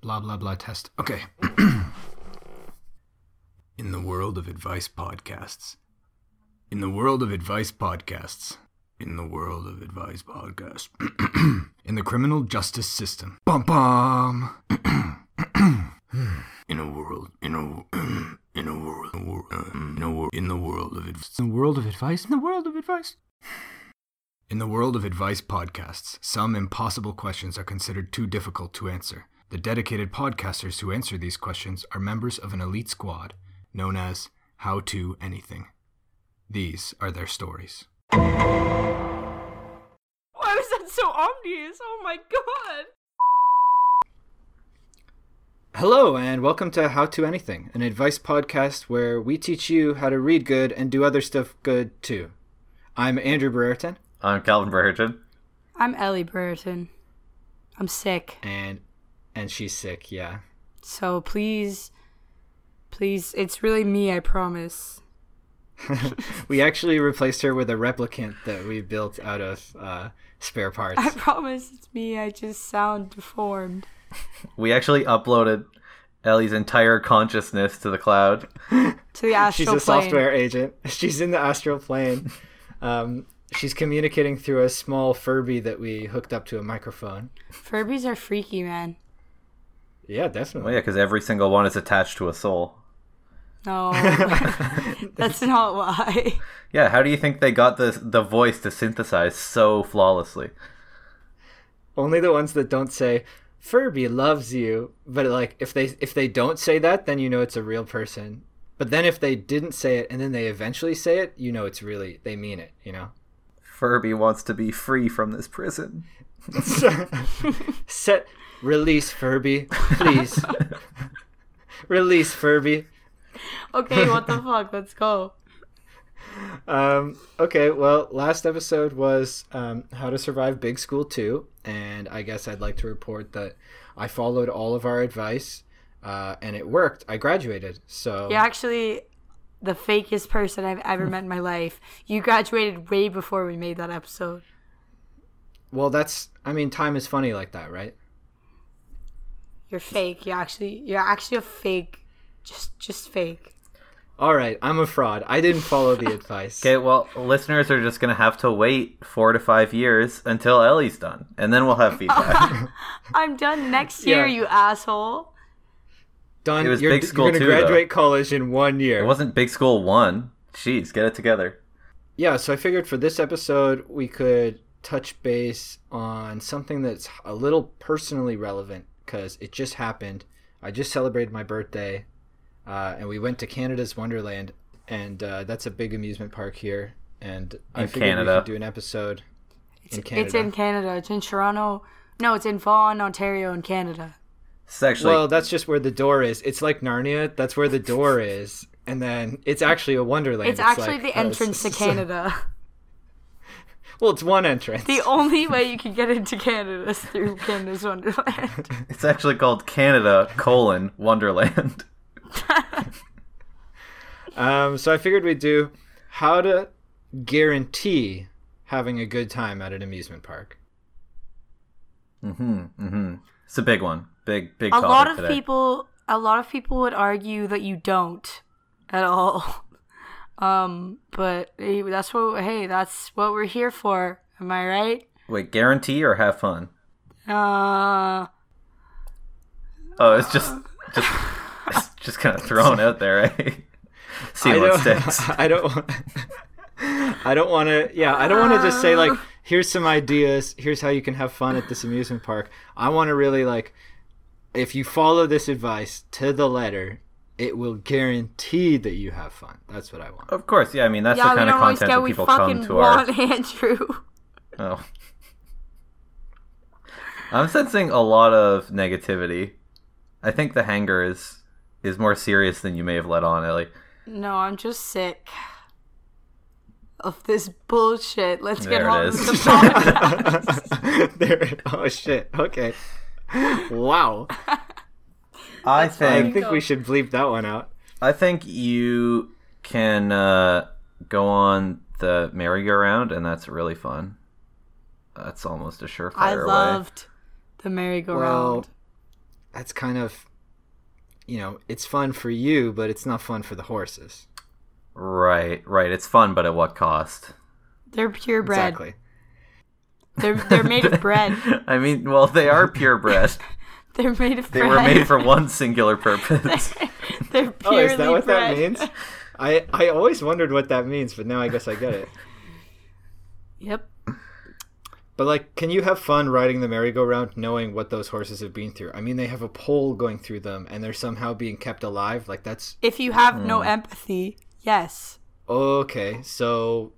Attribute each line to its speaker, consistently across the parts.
Speaker 1: blah blah blah test. Okay.
Speaker 2: In the world of advice podcasts. In the world of advice podcasts. In the world of advice podcasts. In the criminal justice system. Bum bum. in a world. In a. In a world. In a world. In a world. In the world of advice. In the world of advice. In the world of advice. In the world of advice podcasts, some impossible questions are considered too difficult to answer. The dedicated podcasters who answer these questions are members of an elite squad known as How To Anything. These are their stories.
Speaker 3: Why was that so obvious? Oh my god!
Speaker 1: Hello and welcome to How to Anything, an advice podcast where we teach you how to read good and do other stuff good too. I'm Andrew Brereton
Speaker 4: I'm Calvin Brereton.
Speaker 3: I'm Ellie Brereton. I'm sick.
Speaker 1: and and she's sick, yeah.
Speaker 3: So please, please, it's really me, I promise.
Speaker 1: We actually replaced her with a replicant that we built out of uh, spare parts.
Speaker 3: I promise it's me, I just sound deformed.
Speaker 4: We actually uploaded Ellie's entire consciousness to the cloud.
Speaker 3: To the astral
Speaker 1: she's a
Speaker 3: plane.
Speaker 1: software agent. She's in the astral plane. Um, she's communicating through a small Furby that we hooked up to a microphone.
Speaker 3: Furbies are freaky, man.
Speaker 1: Yeah,
Speaker 4: Well,
Speaker 1: definitely.
Speaker 4: Oh, yeah, because every single one is attached to a soul.
Speaker 3: No, that's not why.
Speaker 4: Yeah, how do you think they got the the voice to synthesize so flawlessly?
Speaker 1: Only the ones that don't say Furby loves you, but like if they if they don't say that, then you know it's a real person. But then if they didn't say it and then they eventually say it, you know it's really they mean it, you know.
Speaker 4: Furby wants to be free from this prison.
Speaker 1: Set release Furby, please. release Furby.
Speaker 3: Okay, what the fuck? Let's go.
Speaker 1: Um, okay, well, last episode was um, how to survive big school two, and I guess I'd like to report that I followed all of our advice, uh, and it worked. I graduated, so
Speaker 3: You're actually the fakest person I've ever met in my life. You graduated way before we made that episode.
Speaker 1: well, that's. I mean, time is funny like that, right?
Speaker 3: You're fake. You actually, you're actually a fake. Just, just fake.
Speaker 1: All right, I'm a fraud. I didn't follow the advice.
Speaker 4: Okay, well, listeners are just gonna have to wait four to five years until Ellie's done, and then we'll have feedback.
Speaker 3: I'm done next year,
Speaker 1: Yeah.
Speaker 3: you asshole.
Speaker 1: Done.
Speaker 4: It was
Speaker 1: you're,
Speaker 4: big school
Speaker 1: you're gonna
Speaker 4: too, though.
Speaker 1: graduate college in one year.
Speaker 4: it wasn't Big School One. Jeez, get it together.
Speaker 1: Yeah, so I figured for this episode we could touch base on something that's a little personally relevant because it just happened. I just celebrated my birthday, uh, and we went to Canada's Wonderland, and uh, that's a big amusement park here. And I
Speaker 4: In
Speaker 1: figured we
Speaker 4: Canada.
Speaker 1: could do an episode in Canada.
Speaker 3: It's in Canada. It's in Toronto. No, it's in Vaughan, Ontario, in Canada.
Speaker 4: This is actually
Speaker 1: well, that's just where the door is. It's like Narnia. That's where the door is, and then it's actually a Wonderland.
Speaker 3: It's actually
Speaker 1: like-
Speaker 3: the entrance to Canada.
Speaker 1: Well, it's one entrance.
Speaker 3: the only way you can get into Canada is through Canada's Wonderland.
Speaker 4: it's actually called Canada colon Wonderland.
Speaker 1: Um, so I figured we'd do how to guarantee having a good time at an amusement park.
Speaker 4: It's a big one. Big big
Speaker 3: a
Speaker 4: topic
Speaker 3: lot of
Speaker 4: today.
Speaker 3: people, a lot of people would argue that you don't at all. Um, but hey, that's what. Hey, that's what we're here for. Am I right?
Speaker 4: Wait, guarantee or have fun?
Speaker 3: Uh,
Speaker 4: Oh, it's just just it's just kind of thrown out there, eh? See
Speaker 1: I
Speaker 4: what
Speaker 1: don't.
Speaker 4: sticks.
Speaker 1: I don't. I don't want to. Yeah, I don't want to just say
Speaker 4: Ah.
Speaker 1: like, here's some ideas. Here's how you can have fun at this amusement park. I want to really like, if you follow this advice to the letter, it will guarantee that you have fun. That's what I want.
Speaker 4: Of course, yeah. I mean, that's
Speaker 3: yeah,
Speaker 4: the
Speaker 3: we
Speaker 4: kind of
Speaker 3: don't always
Speaker 4: content
Speaker 3: get
Speaker 4: that
Speaker 3: we
Speaker 4: people come
Speaker 3: fucking
Speaker 4: to
Speaker 3: want Andrew.
Speaker 4: our. Oh. I'm sensing a lot of negativity. I think the hanger is is more serious than you may have let on, Ellie.
Speaker 3: No, I'm just sick of this bullshit. Let's get
Speaker 4: There it
Speaker 3: on with
Speaker 4: is.
Speaker 3: the podcast.
Speaker 1: there. Oh shit. Okay. Wow.
Speaker 4: I
Speaker 1: I
Speaker 4: think
Speaker 1: think we should bleep that one out.
Speaker 4: I think you can uh, go on the merry-go-round, and that's really fun. That's almost a surefire
Speaker 3: I
Speaker 4: way.
Speaker 3: loved the merry-go-round.
Speaker 1: Well, that's kind of you know it's fun for you but it's not fun for the horses
Speaker 4: Right, right. It's fun, but at what cost?
Speaker 3: They're purebred.
Speaker 1: exactly
Speaker 3: They're they're made of bread.
Speaker 4: I mean, well, they are purebred.
Speaker 3: They're made of
Speaker 4: They
Speaker 3: bread.
Speaker 4: were made for one singular purpose.
Speaker 3: they're
Speaker 1: oh
Speaker 3: purely
Speaker 1: is that what
Speaker 3: bred.
Speaker 1: that means i i always wondered what that means but now i guess i get it
Speaker 3: Yep.
Speaker 1: but like can you have fun riding the merry-go-round knowing what those horses have been through i mean they have a pole going through them and they're somehow being kept alive like that's
Speaker 3: If you have no
Speaker 4: Hmm.
Speaker 3: empathy, yes.
Speaker 1: okay so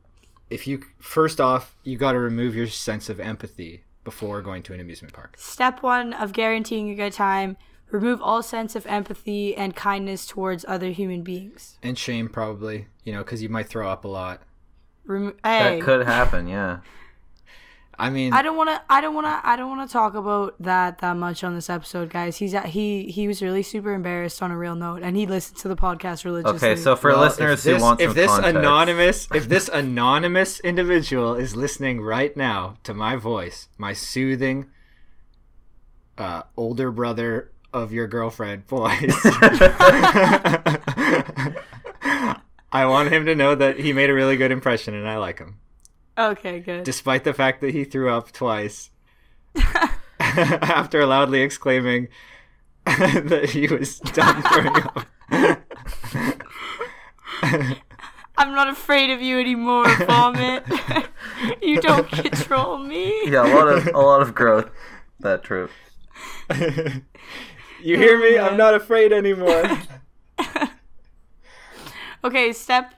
Speaker 1: if you first off you got to remove your sense of empathy before going to an amusement park
Speaker 3: Step one of guaranteeing a good time: remove all sense of empathy and kindness towards other human beings.
Speaker 1: and shame probably you know because you might throw up a lot
Speaker 3: Remo-
Speaker 4: that
Speaker 3: hey,
Speaker 4: could happen, yeah.
Speaker 1: i mean
Speaker 3: I don't want to. I don't want to. I don't want to talk about that that much on this episode, guys. He's at, he he was really super embarrassed on a real note, and he listened to the podcast religiously.
Speaker 4: Okay, so for
Speaker 1: Well,
Speaker 4: listeners
Speaker 1: if this,
Speaker 4: who want
Speaker 1: if
Speaker 4: some
Speaker 1: this
Speaker 4: context,
Speaker 1: anonymous if this anonymous individual is listening right now to my voice my soothing uh, older brother of your girlfriend voice i want him to know that he made a really good impression and i like him
Speaker 3: okay, good.
Speaker 1: despite the fact that he threw up twice after loudly exclaiming that he was done throwing up
Speaker 3: I'm not afraid of you anymore, vomit. you don't control me.
Speaker 4: yeah, a lot of a lot of growth that trip.
Speaker 1: You hear me? I'm not afraid anymore.
Speaker 3: Okay, step.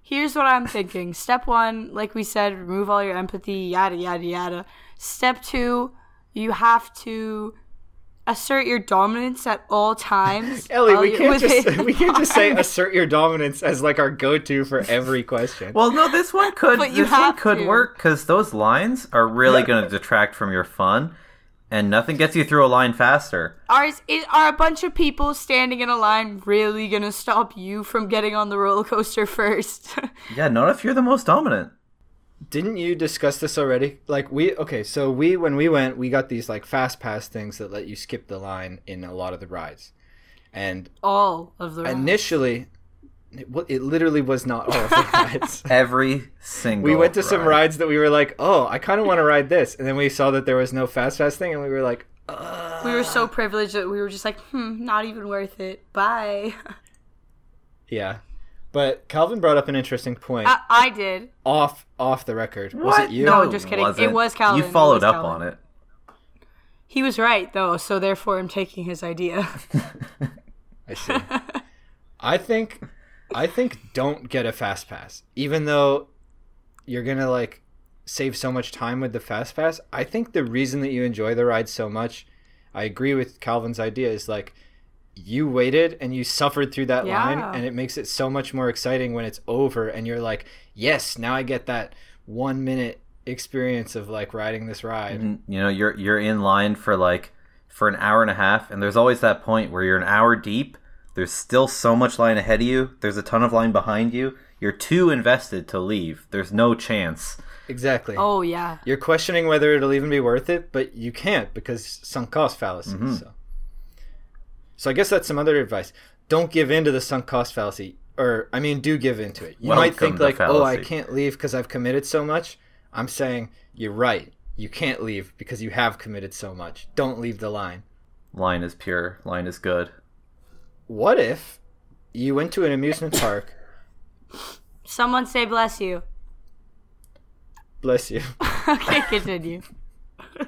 Speaker 3: Here's what I'm thinking. Step one, like we said, remove all your empathy, yada, yada, yada. Step two, you have to assert your dominance at all times.
Speaker 1: Ellie,
Speaker 3: while
Speaker 1: we
Speaker 3: you're
Speaker 1: can't just
Speaker 3: within-
Speaker 1: we can't just say assert your dominance as like our go-to for every question.
Speaker 4: Well, no, this one could
Speaker 3: But you
Speaker 4: this one
Speaker 3: have
Speaker 4: could
Speaker 3: to.
Speaker 4: work because those lines are really going to detract from your fun, and nothing gets you through a line faster.
Speaker 3: Ours is, are a bunch of people standing in a line really going to stop you from getting on the roller coaster first?
Speaker 4: Yeah, not if you're the most dominant.
Speaker 1: Didn't you discuss this already? Like we okay, so we when we went, we got these like fast pass things that let you skip the line in a lot of the rides. And
Speaker 3: all of
Speaker 1: Ah.
Speaker 3: the rides.
Speaker 1: initially it, wa- it literally was not all of the rides.
Speaker 4: Every single.
Speaker 1: We went to some
Speaker 4: ride.
Speaker 1: rides that we were like, "Oh, I kind of want to ride this." And then we saw that there was no fast pass thing and we were like,
Speaker 3: We were so privileged that we were just like, hmm, not even worth it. Bye.
Speaker 1: "Yeah." But Calvin brought up an interesting point.
Speaker 3: I, I did.
Speaker 1: off off the record. Was
Speaker 4: What?
Speaker 1: it you?
Speaker 3: No. just kidding. It
Speaker 4: wasn't.
Speaker 3: was Calvin.
Speaker 4: You
Speaker 3: It
Speaker 4: followed
Speaker 3: was
Speaker 4: up
Speaker 3: Calvin.
Speaker 4: on it.
Speaker 3: He was right, though, so therefore I'm taking his idea.
Speaker 1: I see. I think I think don't get a fast pass. Even though you're going to like save so much time with the fast pass, I think the reason that you enjoy the ride so much, I agree with Calvin's idea is like you waited and you suffered through that line
Speaker 3: Yeah.
Speaker 1: and it makes it so much more exciting when it's over and you're like, "Yes, now I get that 1 minute experience of like riding this ride."
Speaker 3: Mm-hmm.
Speaker 4: And, You know, you're you're in line for like for an hour and a half, and there's always that point where you're an hour deep. There's still so much line ahead of you. There's a ton of line behind you. You're too invested to leave. There's no chance.
Speaker 1: Exactly.
Speaker 3: oh, yeah.
Speaker 1: you're questioning whether it'll even be worth it, but you can't because sunk cost fallacy.
Speaker 4: Mm-hmm.
Speaker 1: So. so I guess that's some other advice. Don't give in to the sunk cost fallacy, or I mean, do give in to it. You might think
Speaker 4: Welcome the
Speaker 1: like, "Oh, I
Speaker 4: fallacy."
Speaker 1: can't leave because I've committed so much." I'm saying you're right. You can't leave because you have committed so much. Don't leave the line.
Speaker 4: Line is pure. Line is good.
Speaker 1: What if you went to an amusement park?
Speaker 3: Someone say bless you.
Speaker 1: Bless you.
Speaker 3: okay, continue.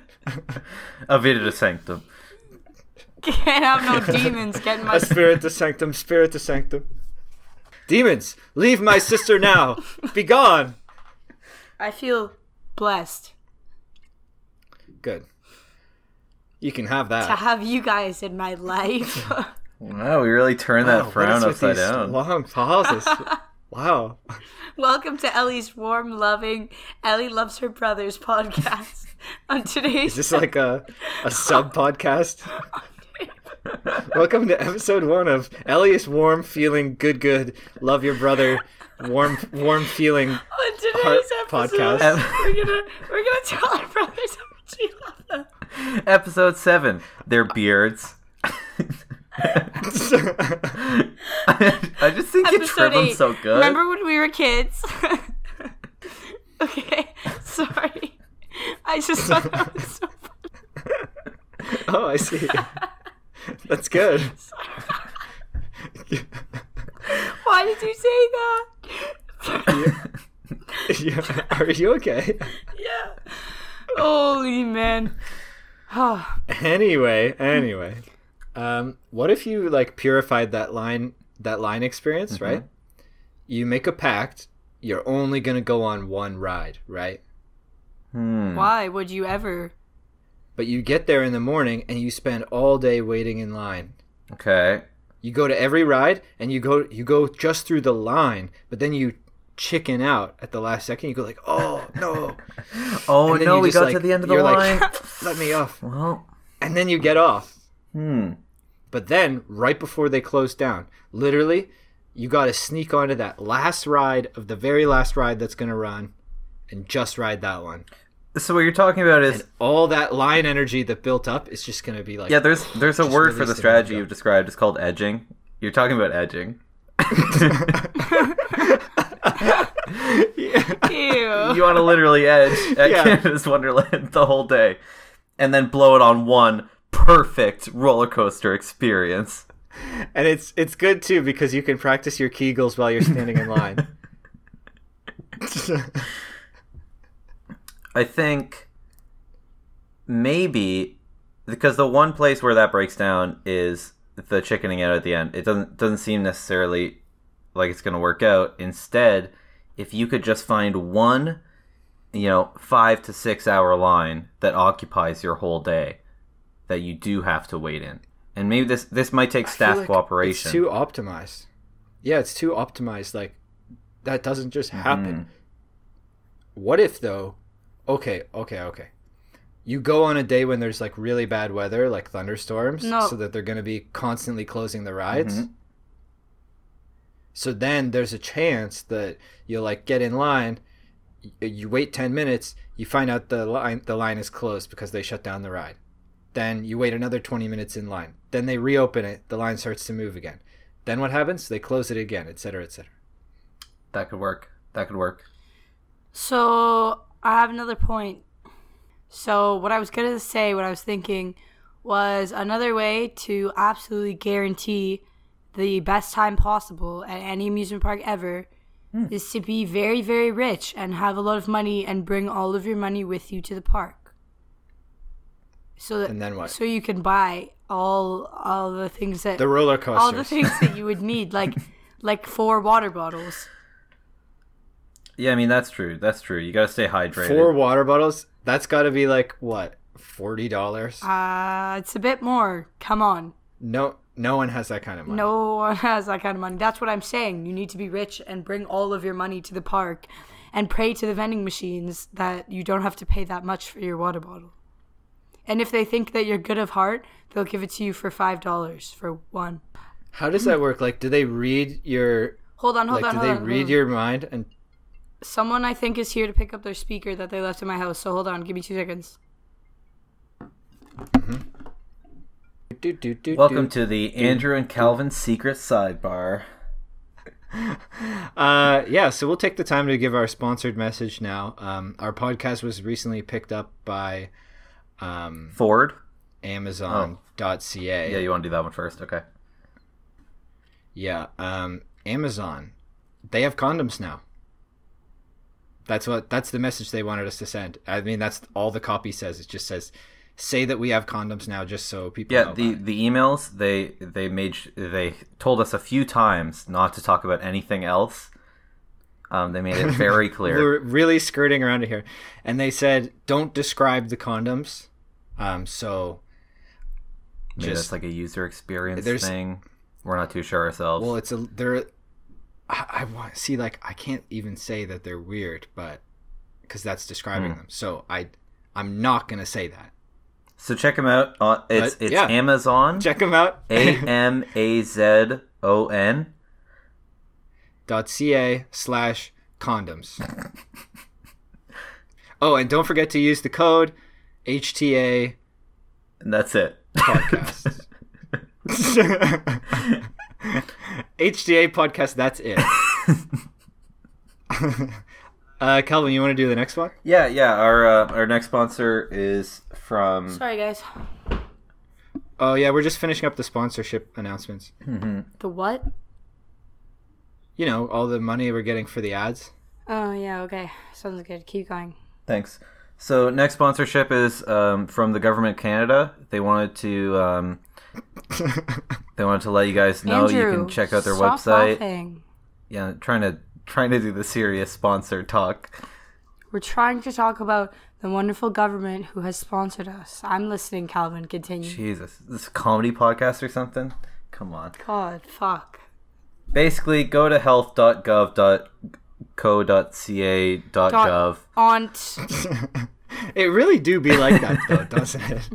Speaker 4: A video to sanctum.
Speaker 3: Can't have no demons getting my.
Speaker 1: A spirit to sanctum, spirit to sanctum. Demons, leave my sister now. Be gone.
Speaker 3: I feel blessed
Speaker 1: Good. You can have
Speaker 3: to
Speaker 1: that.
Speaker 3: have you guys in my life.
Speaker 4: Wow, we really turned that
Speaker 1: Wow, what
Speaker 4: frown
Speaker 1: is with
Speaker 4: upside
Speaker 1: these
Speaker 4: down.
Speaker 1: Long pauses. wow.
Speaker 3: Welcome to Ellie's warm, loving Ellie Loves Her Brothers podcast. On today's
Speaker 1: Is this like a a sub podcast? Welcome to episode one of Elias Warm Feeling Good Good Love Your Brother Warm Warm Feeling.
Speaker 3: on today's
Speaker 1: Heart
Speaker 3: episode,
Speaker 4: podcast.
Speaker 3: we're gonna we're gonna tell our brothers how much we love them.
Speaker 4: Episode seven. Their beards. I just think you
Speaker 3: Episode
Speaker 4: trip him
Speaker 3: eight.
Speaker 4: so good.
Speaker 3: Remember when we were kids? okay, sorry. I just thought that was so funny.
Speaker 1: oh, I see. That's good.
Speaker 3: Why did you say that?
Speaker 1: Yeah. Are you okay?
Speaker 3: yeah. Holy man. Oh,
Speaker 1: Anyway, anyway. Um, what if you like purified that line that line experience, right? You make a pact, you're only gonna go on one ride, right?
Speaker 4: Hmm.
Speaker 3: why would you ever?
Speaker 1: But you get there in the morning and you spend all day waiting in line.
Speaker 4: Okay.
Speaker 1: You go to every ride and you go you go just through the line, but then you chicken out at the last second. You go like, "Oh, no.
Speaker 4: Oh
Speaker 1: And then
Speaker 4: no,
Speaker 1: you
Speaker 4: we
Speaker 1: just,
Speaker 4: got
Speaker 1: like-
Speaker 4: to the end of the
Speaker 1: you're
Speaker 4: line.
Speaker 1: like, Let me off."
Speaker 4: well,
Speaker 1: And then you get off.
Speaker 4: hmm.
Speaker 1: But then, right before they close down, literally, you got to sneak onto that last ride of the very last ride that's going to run and just ride that one.
Speaker 4: So what you're talking about is
Speaker 1: All that line energy that built up is just going to be like,
Speaker 4: yeah. There's there's a
Speaker 1: Just
Speaker 4: word for
Speaker 1: release
Speaker 4: the
Speaker 1: the
Speaker 4: strategy
Speaker 1: hiccup.
Speaker 4: you've described. It's called edging. You're talking about edging.
Speaker 3: Ew.
Speaker 4: you want to literally edge at
Speaker 1: Yeah.
Speaker 4: Canada's Wonderland the whole day, and then blow it on one perfect roller coaster experience.
Speaker 1: and it's it's good too because you can practice your Kegels while you're standing in line.
Speaker 4: I think maybe because the one place where that breaks down is the chickening out at the end. It doesn't doesn't seem necessarily like it's going to work out. Instead, if you could just find one, you know, 5 to 6 hour line that occupies your whole day that you do have to wait in. And maybe this this might take
Speaker 1: I feel
Speaker 4: staff
Speaker 1: like
Speaker 4: cooperation.
Speaker 1: It's too optimized. Yeah, it's too optimized. Like that doesn't just
Speaker 4: Mm-hmm.
Speaker 1: happen. What if though? Okay, okay, okay. You go on a day when there's like really bad weather, like thunderstorms,
Speaker 3: No.
Speaker 1: so that they're going to be constantly closing the rides. So then there's a chance that you'll like get in line, y- you wait 10 minutes, you find out the line the line is closed because they shut down the ride. Then you wait another 20 minutes in line. Then they reopen it, the line starts to move again. Then what happens? They close it again, etc., etc.
Speaker 4: That could work. That could work.
Speaker 3: So I have another point. So what I was gonna say, what I was thinking, was another way to absolutely guarantee the best time possible at any amusement park ever
Speaker 1: Hmm.
Speaker 3: is to be very, very rich and have a lot of money and bring all of your money with you to the park. So that
Speaker 1: And then what?
Speaker 3: So you can buy all all the things that
Speaker 1: The roller
Speaker 3: all the
Speaker 1: coasters.
Speaker 3: things that you would need, like like four water bottles.
Speaker 4: Yeah, I mean that's true. That's true. You got to stay hydrated.
Speaker 1: Four water bottles? That's got to be like what? $40?
Speaker 3: Uh, it's a bit more. Come on.
Speaker 1: no no one has that kind of money.
Speaker 3: No one has that kind of money. That's what I'm saying. You need to be rich and bring all of your money to the park and pray to the vending machines that you don't have to pay that much for your water bottle. And if they think that you're good of heart, they'll give it to you for $5 for one.
Speaker 1: How does that work? Like do they read your
Speaker 3: Hold on, hold
Speaker 1: like
Speaker 3: on,
Speaker 1: do
Speaker 3: hold
Speaker 1: they
Speaker 3: on. hold
Speaker 1: read
Speaker 3: on.
Speaker 1: your mind and
Speaker 3: Someone I think is here to pick up their speaker that they left in my house. So hold on, give me two seconds.
Speaker 1: do, do, do,
Speaker 4: Welcome to the Andrew and Calvin secret sidebar.
Speaker 1: Uh, yeah, so we'll take the time to give our sponsored message now. Um, our podcast was recently picked up by um,
Speaker 4: Ford.
Speaker 1: Amazon.ca.
Speaker 4: Oh. Yeah, you want to do that one first, okay?
Speaker 1: Yeah, um, Amazon. They have condoms now. That's what. That's the message they wanted us to send. I mean, that's all the copy says. It just says, "Say that we have condoms now," just so people.
Speaker 4: Yeah,
Speaker 1: know
Speaker 4: the
Speaker 1: about it.
Speaker 4: the emails they they made sh- they told us a few times not to talk about anything else. Um, they made it very clear.
Speaker 1: we're really skirting around it here, and they said, "Don't describe the condoms." Um, so
Speaker 4: Maybe
Speaker 1: just-
Speaker 4: that's like a user experience
Speaker 1: There's-
Speaker 4: thing. We're not too sure ourselves.
Speaker 1: Well, it's a they're. I, I want see like I can't even say that they're weird, but because that's
Speaker 4: Hmm.
Speaker 1: describing them. So I I'm not gonna say that.
Speaker 4: so check them out. On, it's
Speaker 1: But,
Speaker 4: it's
Speaker 1: yeah.
Speaker 4: Amazon.
Speaker 1: Check them out.
Speaker 4: A M A Z O N.
Speaker 1: dot ca slash condoms. oh, and don't forget to use the code HTA
Speaker 4: And that's it.
Speaker 1: podcast. HDA podcast. That's it. uh, Calvin, you want to do the next one?
Speaker 4: Yeah, yeah. Our uh, our next sponsor is from
Speaker 3: Sorry, guys.
Speaker 1: Oh yeah, we're just finishing up the sponsorship announcements.
Speaker 3: The what?
Speaker 1: You know, all the money we're getting for the ads.
Speaker 3: Oh yeah. Okay. Sounds good. Keep going.
Speaker 4: Thanks. So next sponsorship is um, from the government of Canada. They wanted to um, they wanted to let you guys know you can check out their
Speaker 3: stop
Speaker 4: website.
Speaker 3: laughing.
Speaker 4: Yeah, trying to trying to do the serious sponsor talk.
Speaker 3: We're trying to talk about the wonderful government who has sponsored us. I'm listening, Calvin. Continue.
Speaker 4: Jesus, is this a comedy podcast or something? Come on.
Speaker 3: God, fuck.
Speaker 4: Basically, go to health.gov.co.ca.gov.
Speaker 3: Aunt.
Speaker 1: It really do be like that though, doesn't it?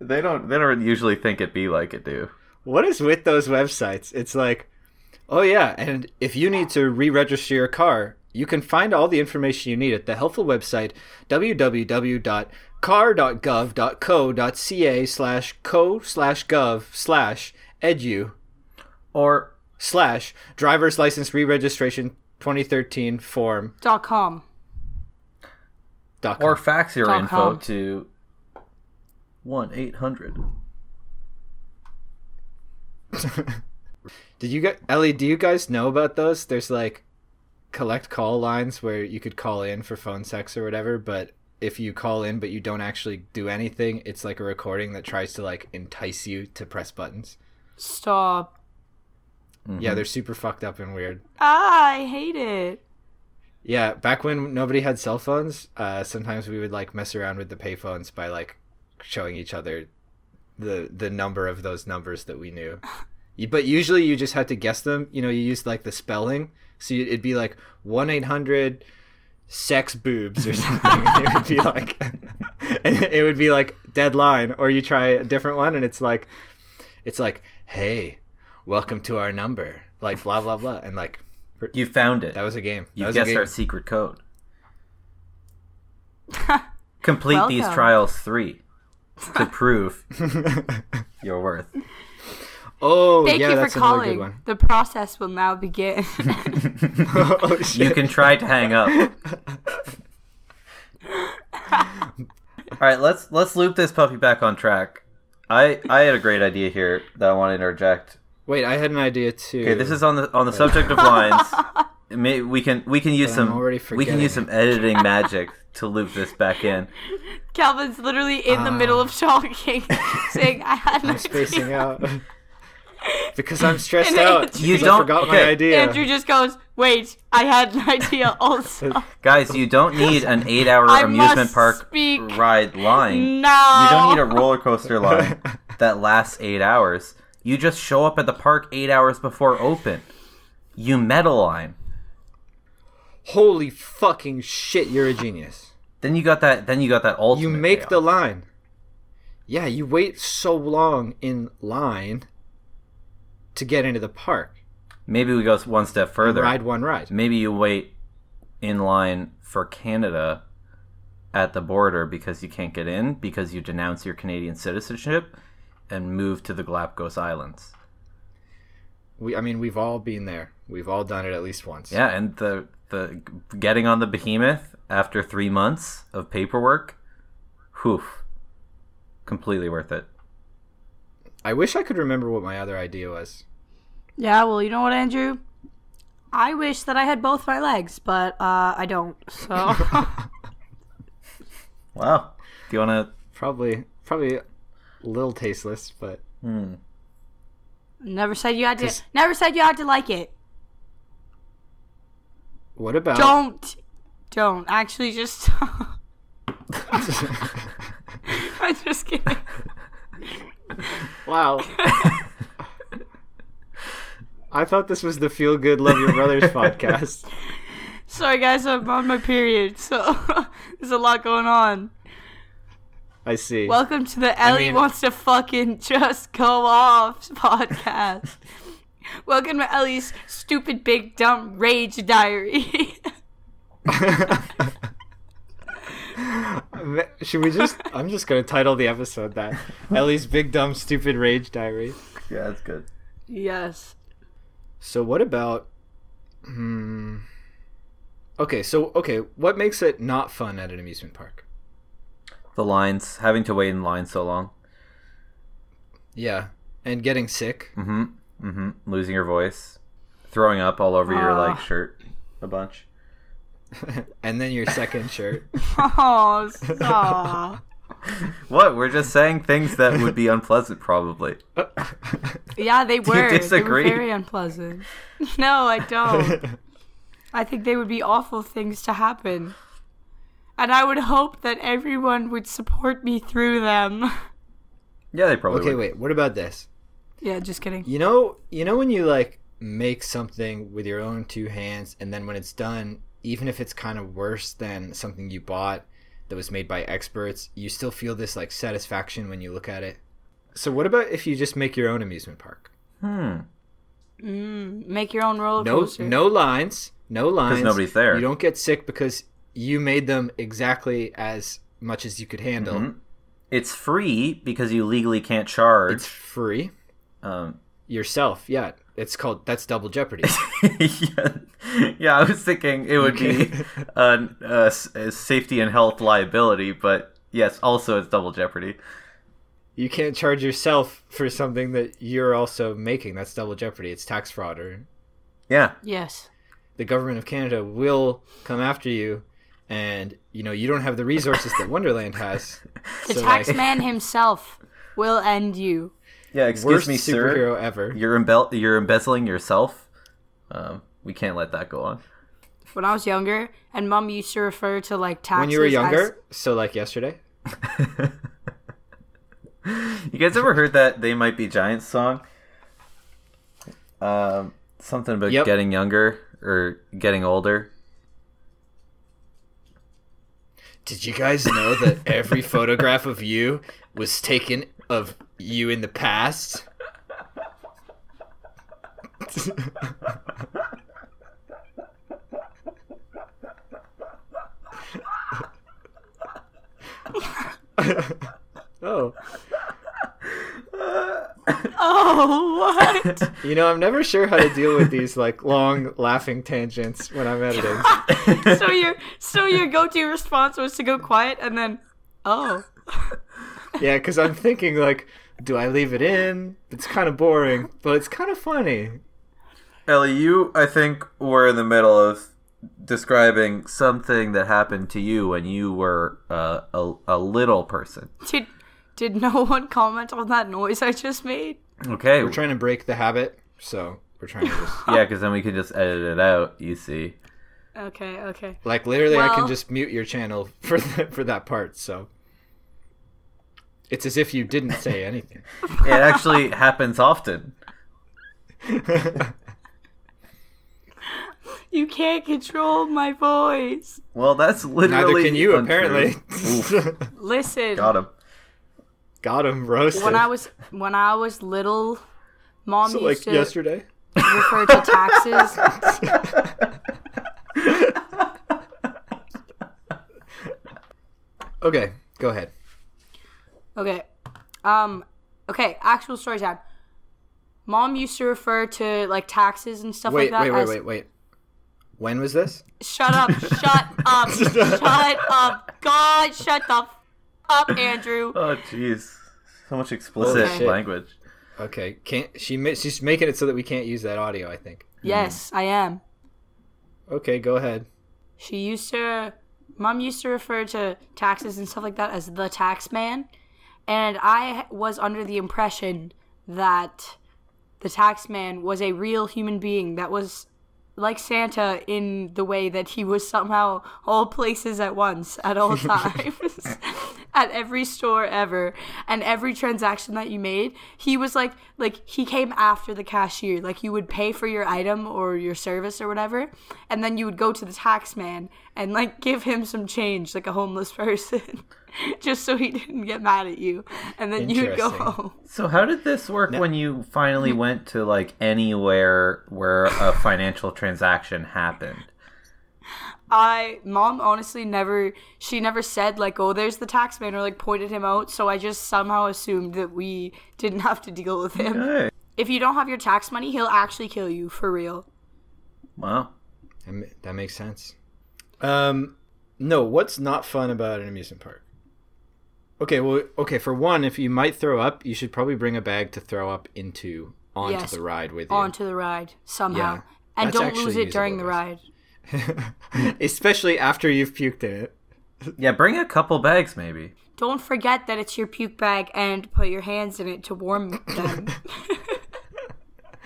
Speaker 4: They don't they don't usually think it be like it do.
Speaker 1: what is with those websites? It's like, oh yeah, and if you need to re-register your car, you can find all the information you need at the helpful website www.car.gov.co.ca slash co slash gov slash edu
Speaker 4: Or
Speaker 1: slash driver's license re-registration 2013 form
Speaker 3: dot com.
Speaker 1: dot com.
Speaker 4: or fax your
Speaker 3: Dot
Speaker 4: info
Speaker 3: com.
Speaker 4: to one eight hundred.
Speaker 1: Did you get Ellie? Do you guys know about those? There's like collect call lines where you could call in for phone sex or whatever, but if you call in but you don't actually do anything, it's like a recording that tries to like entice you to press buttons.
Speaker 3: Stop.
Speaker 1: Yeah, they're super fucked up and weird.
Speaker 3: Ah, I hate it.
Speaker 1: Yeah, back when nobody had cell phones, uh, sometimes we would like mess around with the payphones by like showing each other the the number of those numbers that we knew. You- But usually you just had to guess them. You know, you used like the spelling, so you- it'd be like one eight hundred sex boobs or something. and it would be like, and it would be like deadline, or you try a different one, and it's like, it's like, hey, welcome to our number, like blah blah blah, and like
Speaker 4: You found it.
Speaker 1: that was a game. That
Speaker 4: you
Speaker 1: was a
Speaker 4: guessed
Speaker 1: game.
Speaker 4: our secret code. Complete these
Speaker 3: Welcome.
Speaker 4: trials three to prove your worth.
Speaker 1: Oh,
Speaker 3: Thank
Speaker 1: yeah,
Speaker 3: you for
Speaker 1: that's another good
Speaker 3: calling.
Speaker 1: one.
Speaker 3: The process will now begin.
Speaker 1: oh,
Speaker 4: You
Speaker 1: shit.
Speaker 4: can try to hang up. All right, let's let's loop this puppy back on track. I I had a great idea here that I want to interject.
Speaker 1: Wait, I had an idea too.
Speaker 4: Okay, this is on the on the subject of lines. May, we can we can use
Speaker 1: But I'm
Speaker 4: some
Speaker 1: already
Speaker 4: we can use
Speaker 1: forgetting.
Speaker 4: some editing magic to loop this back in.
Speaker 3: Calvin's literally in the middle of talking, saying, "I had an
Speaker 1: Ah. I'm spacing
Speaker 3: idea."
Speaker 1: out because I'm stressed
Speaker 3: And
Speaker 1: out.
Speaker 3: Andrew-
Speaker 4: You
Speaker 1: because I
Speaker 4: don't-
Speaker 1: forgot my
Speaker 4: okay.
Speaker 1: idea.
Speaker 3: Andrew just goes, "Wait, I had an idea also."
Speaker 4: Guys, you don't need an eight-hour
Speaker 3: I
Speaker 4: amusement
Speaker 3: must
Speaker 4: park
Speaker 3: speak
Speaker 4: ride line.
Speaker 3: no.
Speaker 4: You don't need a roller coaster line that lasts eight hours. You just show up at the park eight hours before open. You metal line.
Speaker 1: Holy fucking shit! You're a genius.
Speaker 4: Then you got that. Then you got that ultimate.
Speaker 1: You make
Speaker 4: payoff.
Speaker 1: the line. Yeah, you wait so long in line to get into the park.
Speaker 4: Maybe we go s- one step further.
Speaker 1: Ride one ride.
Speaker 4: Maybe you wait in line for Canada at the border because you can't get in because you denounce your Canadian citizenship and move to the Galapagos Islands.
Speaker 1: We, I mean, we've all been there. We've all done it at least once.
Speaker 4: Yeah, and the the getting on the behemoth after three months of paperwork, whew, completely worth it.
Speaker 1: I wish I could remember what my other idea was.
Speaker 3: Yeah, well, you know what, Andrew? I wish that I had both my legs, but uh, I don't. So
Speaker 4: Wow. Do you want
Speaker 1: Probably, probably a little tasteless, but
Speaker 3: never said you had to.
Speaker 1: Just-
Speaker 3: Never said you had to like it.
Speaker 1: what about?
Speaker 3: Don't, don't. Actually, just. I'm just kidding.
Speaker 1: Wow. I thought this was the Feel Good Love Your Brothers podcast.
Speaker 3: Sorry, guys, I'm on my period, so there's a lot going on.
Speaker 1: I see.
Speaker 3: Welcome to the Ellie
Speaker 1: mean-
Speaker 3: wants to fucking just go off podcast. Welcome to Ellie's stupid big dumb rage diary.
Speaker 1: Should we just? I'm just gonna title the episode that Ellie's big dumb stupid rage diary.
Speaker 4: Yeah, that's good.
Speaker 3: Yes.
Speaker 1: So what about? Hmm. Okay, so okay, what makes it not fun at an amusement park?
Speaker 4: The lines, having to wait in line so long.
Speaker 1: Yeah, and getting sick.
Speaker 4: Mm-hmm. Mm-hmm. Losing your voice, throwing up all over your like
Speaker 3: Ah.
Speaker 4: shirt, a bunch.
Speaker 1: and then your second shirt.
Speaker 3: Oh, stop.
Speaker 4: What? We're just saying things that would be unpleasant, probably.
Speaker 1: Uh,
Speaker 3: yeah, they were.
Speaker 4: disagree?
Speaker 3: They were very unpleasant. No, I don't. I think they would be awful things to happen. And I would hope that everyone would support me through them.
Speaker 4: Yeah, they probably.
Speaker 1: okay,
Speaker 4: would.
Speaker 1: wait. What about this?
Speaker 3: yeah, just kidding.
Speaker 1: You know, you know when you like make something with your own two hands, and then when it's done, even if it's kind of worse than something you bought that was made by experts, you still feel this like satisfaction when you look at it. So what about if you just make your own amusement park?
Speaker 4: Hmm.
Speaker 3: Mm, make your own roller
Speaker 1: No,
Speaker 3: coaster.
Speaker 1: no lines, no lines.
Speaker 4: nobody's there.
Speaker 1: You don't get sick because you made them exactly as much as you could handle.
Speaker 4: Mhm. It's free because you legally can't charge.
Speaker 1: It's free
Speaker 4: Um,
Speaker 1: yourself. Yeah, it's called that's double jeopardy.
Speaker 4: yeah, yeah, I was thinking it would be a, a s- a safety and health liability, but yes, also it's double jeopardy.
Speaker 1: you can't charge yourself for something that you're also making. That's double jeopardy. It's tax fraud, or
Speaker 4: Yeah,
Speaker 3: Yes.
Speaker 1: the government of Canada will come after you, and you know you don't have the resources that Wonderland has.
Speaker 3: The
Speaker 1: So, like,
Speaker 3: tax man himself will end you.
Speaker 4: yeah. Excuse
Speaker 1: worst
Speaker 4: me,
Speaker 1: superhero
Speaker 4: sir.
Speaker 1: ever.
Speaker 4: You're embel- you're embezzling yourself. Um, we can't let that go on.
Speaker 3: When I was younger, and mom used to refer to like taxes.
Speaker 1: when you were
Speaker 3: as-
Speaker 1: younger, so like yesterday.
Speaker 4: You guys ever heard that "They Might Be Giants" song? Um, something about
Speaker 1: Yep.
Speaker 4: getting younger or getting older.
Speaker 1: Did you guys know that every photograph of you was taken of you in the past? oh,
Speaker 3: oh, what?
Speaker 1: you know, I'm never sure how to deal with these like long laughing tangents when I'm editing.
Speaker 3: so your so your go-to response was to go quiet and then oh
Speaker 1: Yeah, because I'm thinking like, do I leave it in? It's kind of boring, but it's kind of funny.
Speaker 4: Ellie, you, I think, were in the middle of describing something that happened to you when you were uh, a, a little person.
Speaker 3: did did no one comment on that noise I just made?
Speaker 4: Okay.
Speaker 1: We're trying to break the habit, so we're trying to just
Speaker 4: yeah, because then we can just edit it out, you see.
Speaker 3: Okay, okay.
Speaker 1: like literally, I can
Speaker 3: Well-
Speaker 1: just mute your channel for the, for that part. So it's as if you didn't say anything.
Speaker 4: It actually happens often.
Speaker 3: You can't control my voice.
Speaker 4: Well, that's literally.
Speaker 1: Neither can you,
Speaker 4: untrue. Oof,
Speaker 1: apparently.
Speaker 3: Listen.
Speaker 4: got him.
Speaker 1: Got him roasted.
Speaker 3: When I was when I was little, mom
Speaker 1: so
Speaker 3: used
Speaker 1: like
Speaker 3: to
Speaker 1: yesterday.
Speaker 3: refer to taxes.
Speaker 1: Okay, go ahead.
Speaker 3: Okay. Um okay, actual story time. Mom used to refer to like taxes and stuff like
Speaker 1: Wait,
Speaker 3: that
Speaker 1: wait, wait,
Speaker 3: as
Speaker 1: wait, wait. When was this?
Speaker 3: Shut up! Shut up! shut up! God, shut the f- up, Andrew.
Speaker 1: Uh.
Speaker 4: Oh, jeez. So much explicit
Speaker 1: Holy shit.
Speaker 4: language.
Speaker 1: Okay, can't she? ma- She's making it so that we can't use that audio. I think.
Speaker 3: Yes, I am.
Speaker 1: Okay, go ahead.
Speaker 3: She used to, mom used to refer to taxes and stuff like that as the tax man, and I was under the impression that the tax man was a real human being that was like Santa in the way that he was somehow all places at once, at all times, at every store ever, and every transaction that you made, he was like, like he came after the cashier. Like you would pay for your item or your service or whatever, and then you would go to the tax man and like give him some change, like a homeless person, just so he didn't get mad at you, and then you would go
Speaker 1: Interesting.
Speaker 3: home.
Speaker 4: So how did this work when you finally went to like anywhere where a financial transaction happened?
Speaker 3: I mom honestly never she never said like oh there's the tax man or like pointed him out so I just somehow assumed that we didn't have to deal with him.
Speaker 4: Okay.
Speaker 3: If you don't have your tax money, he'll actually kill you for real.
Speaker 4: Wow.
Speaker 1: That ma- That makes sense. Um, no, what's not fun about an amusement park? Okay, well, okay. For one, if you might throw up, you should probably bring a bag to throw up into onto
Speaker 3: Yes,
Speaker 1: the ride with you.
Speaker 3: Onto the ride somehow.
Speaker 1: Yeah.
Speaker 3: And
Speaker 1: That's
Speaker 3: don't lose
Speaker 1: actually
Speaker 3: it during the
Speaker 1: usable,
Speaker 3: ride.
Speaker 1: Especially after you've puked in it.
Speaker 4: Yeah, bring a couple bags maybe.
Speaker 3: Don't forget that it's your puke bag and put your hands in it to warm them.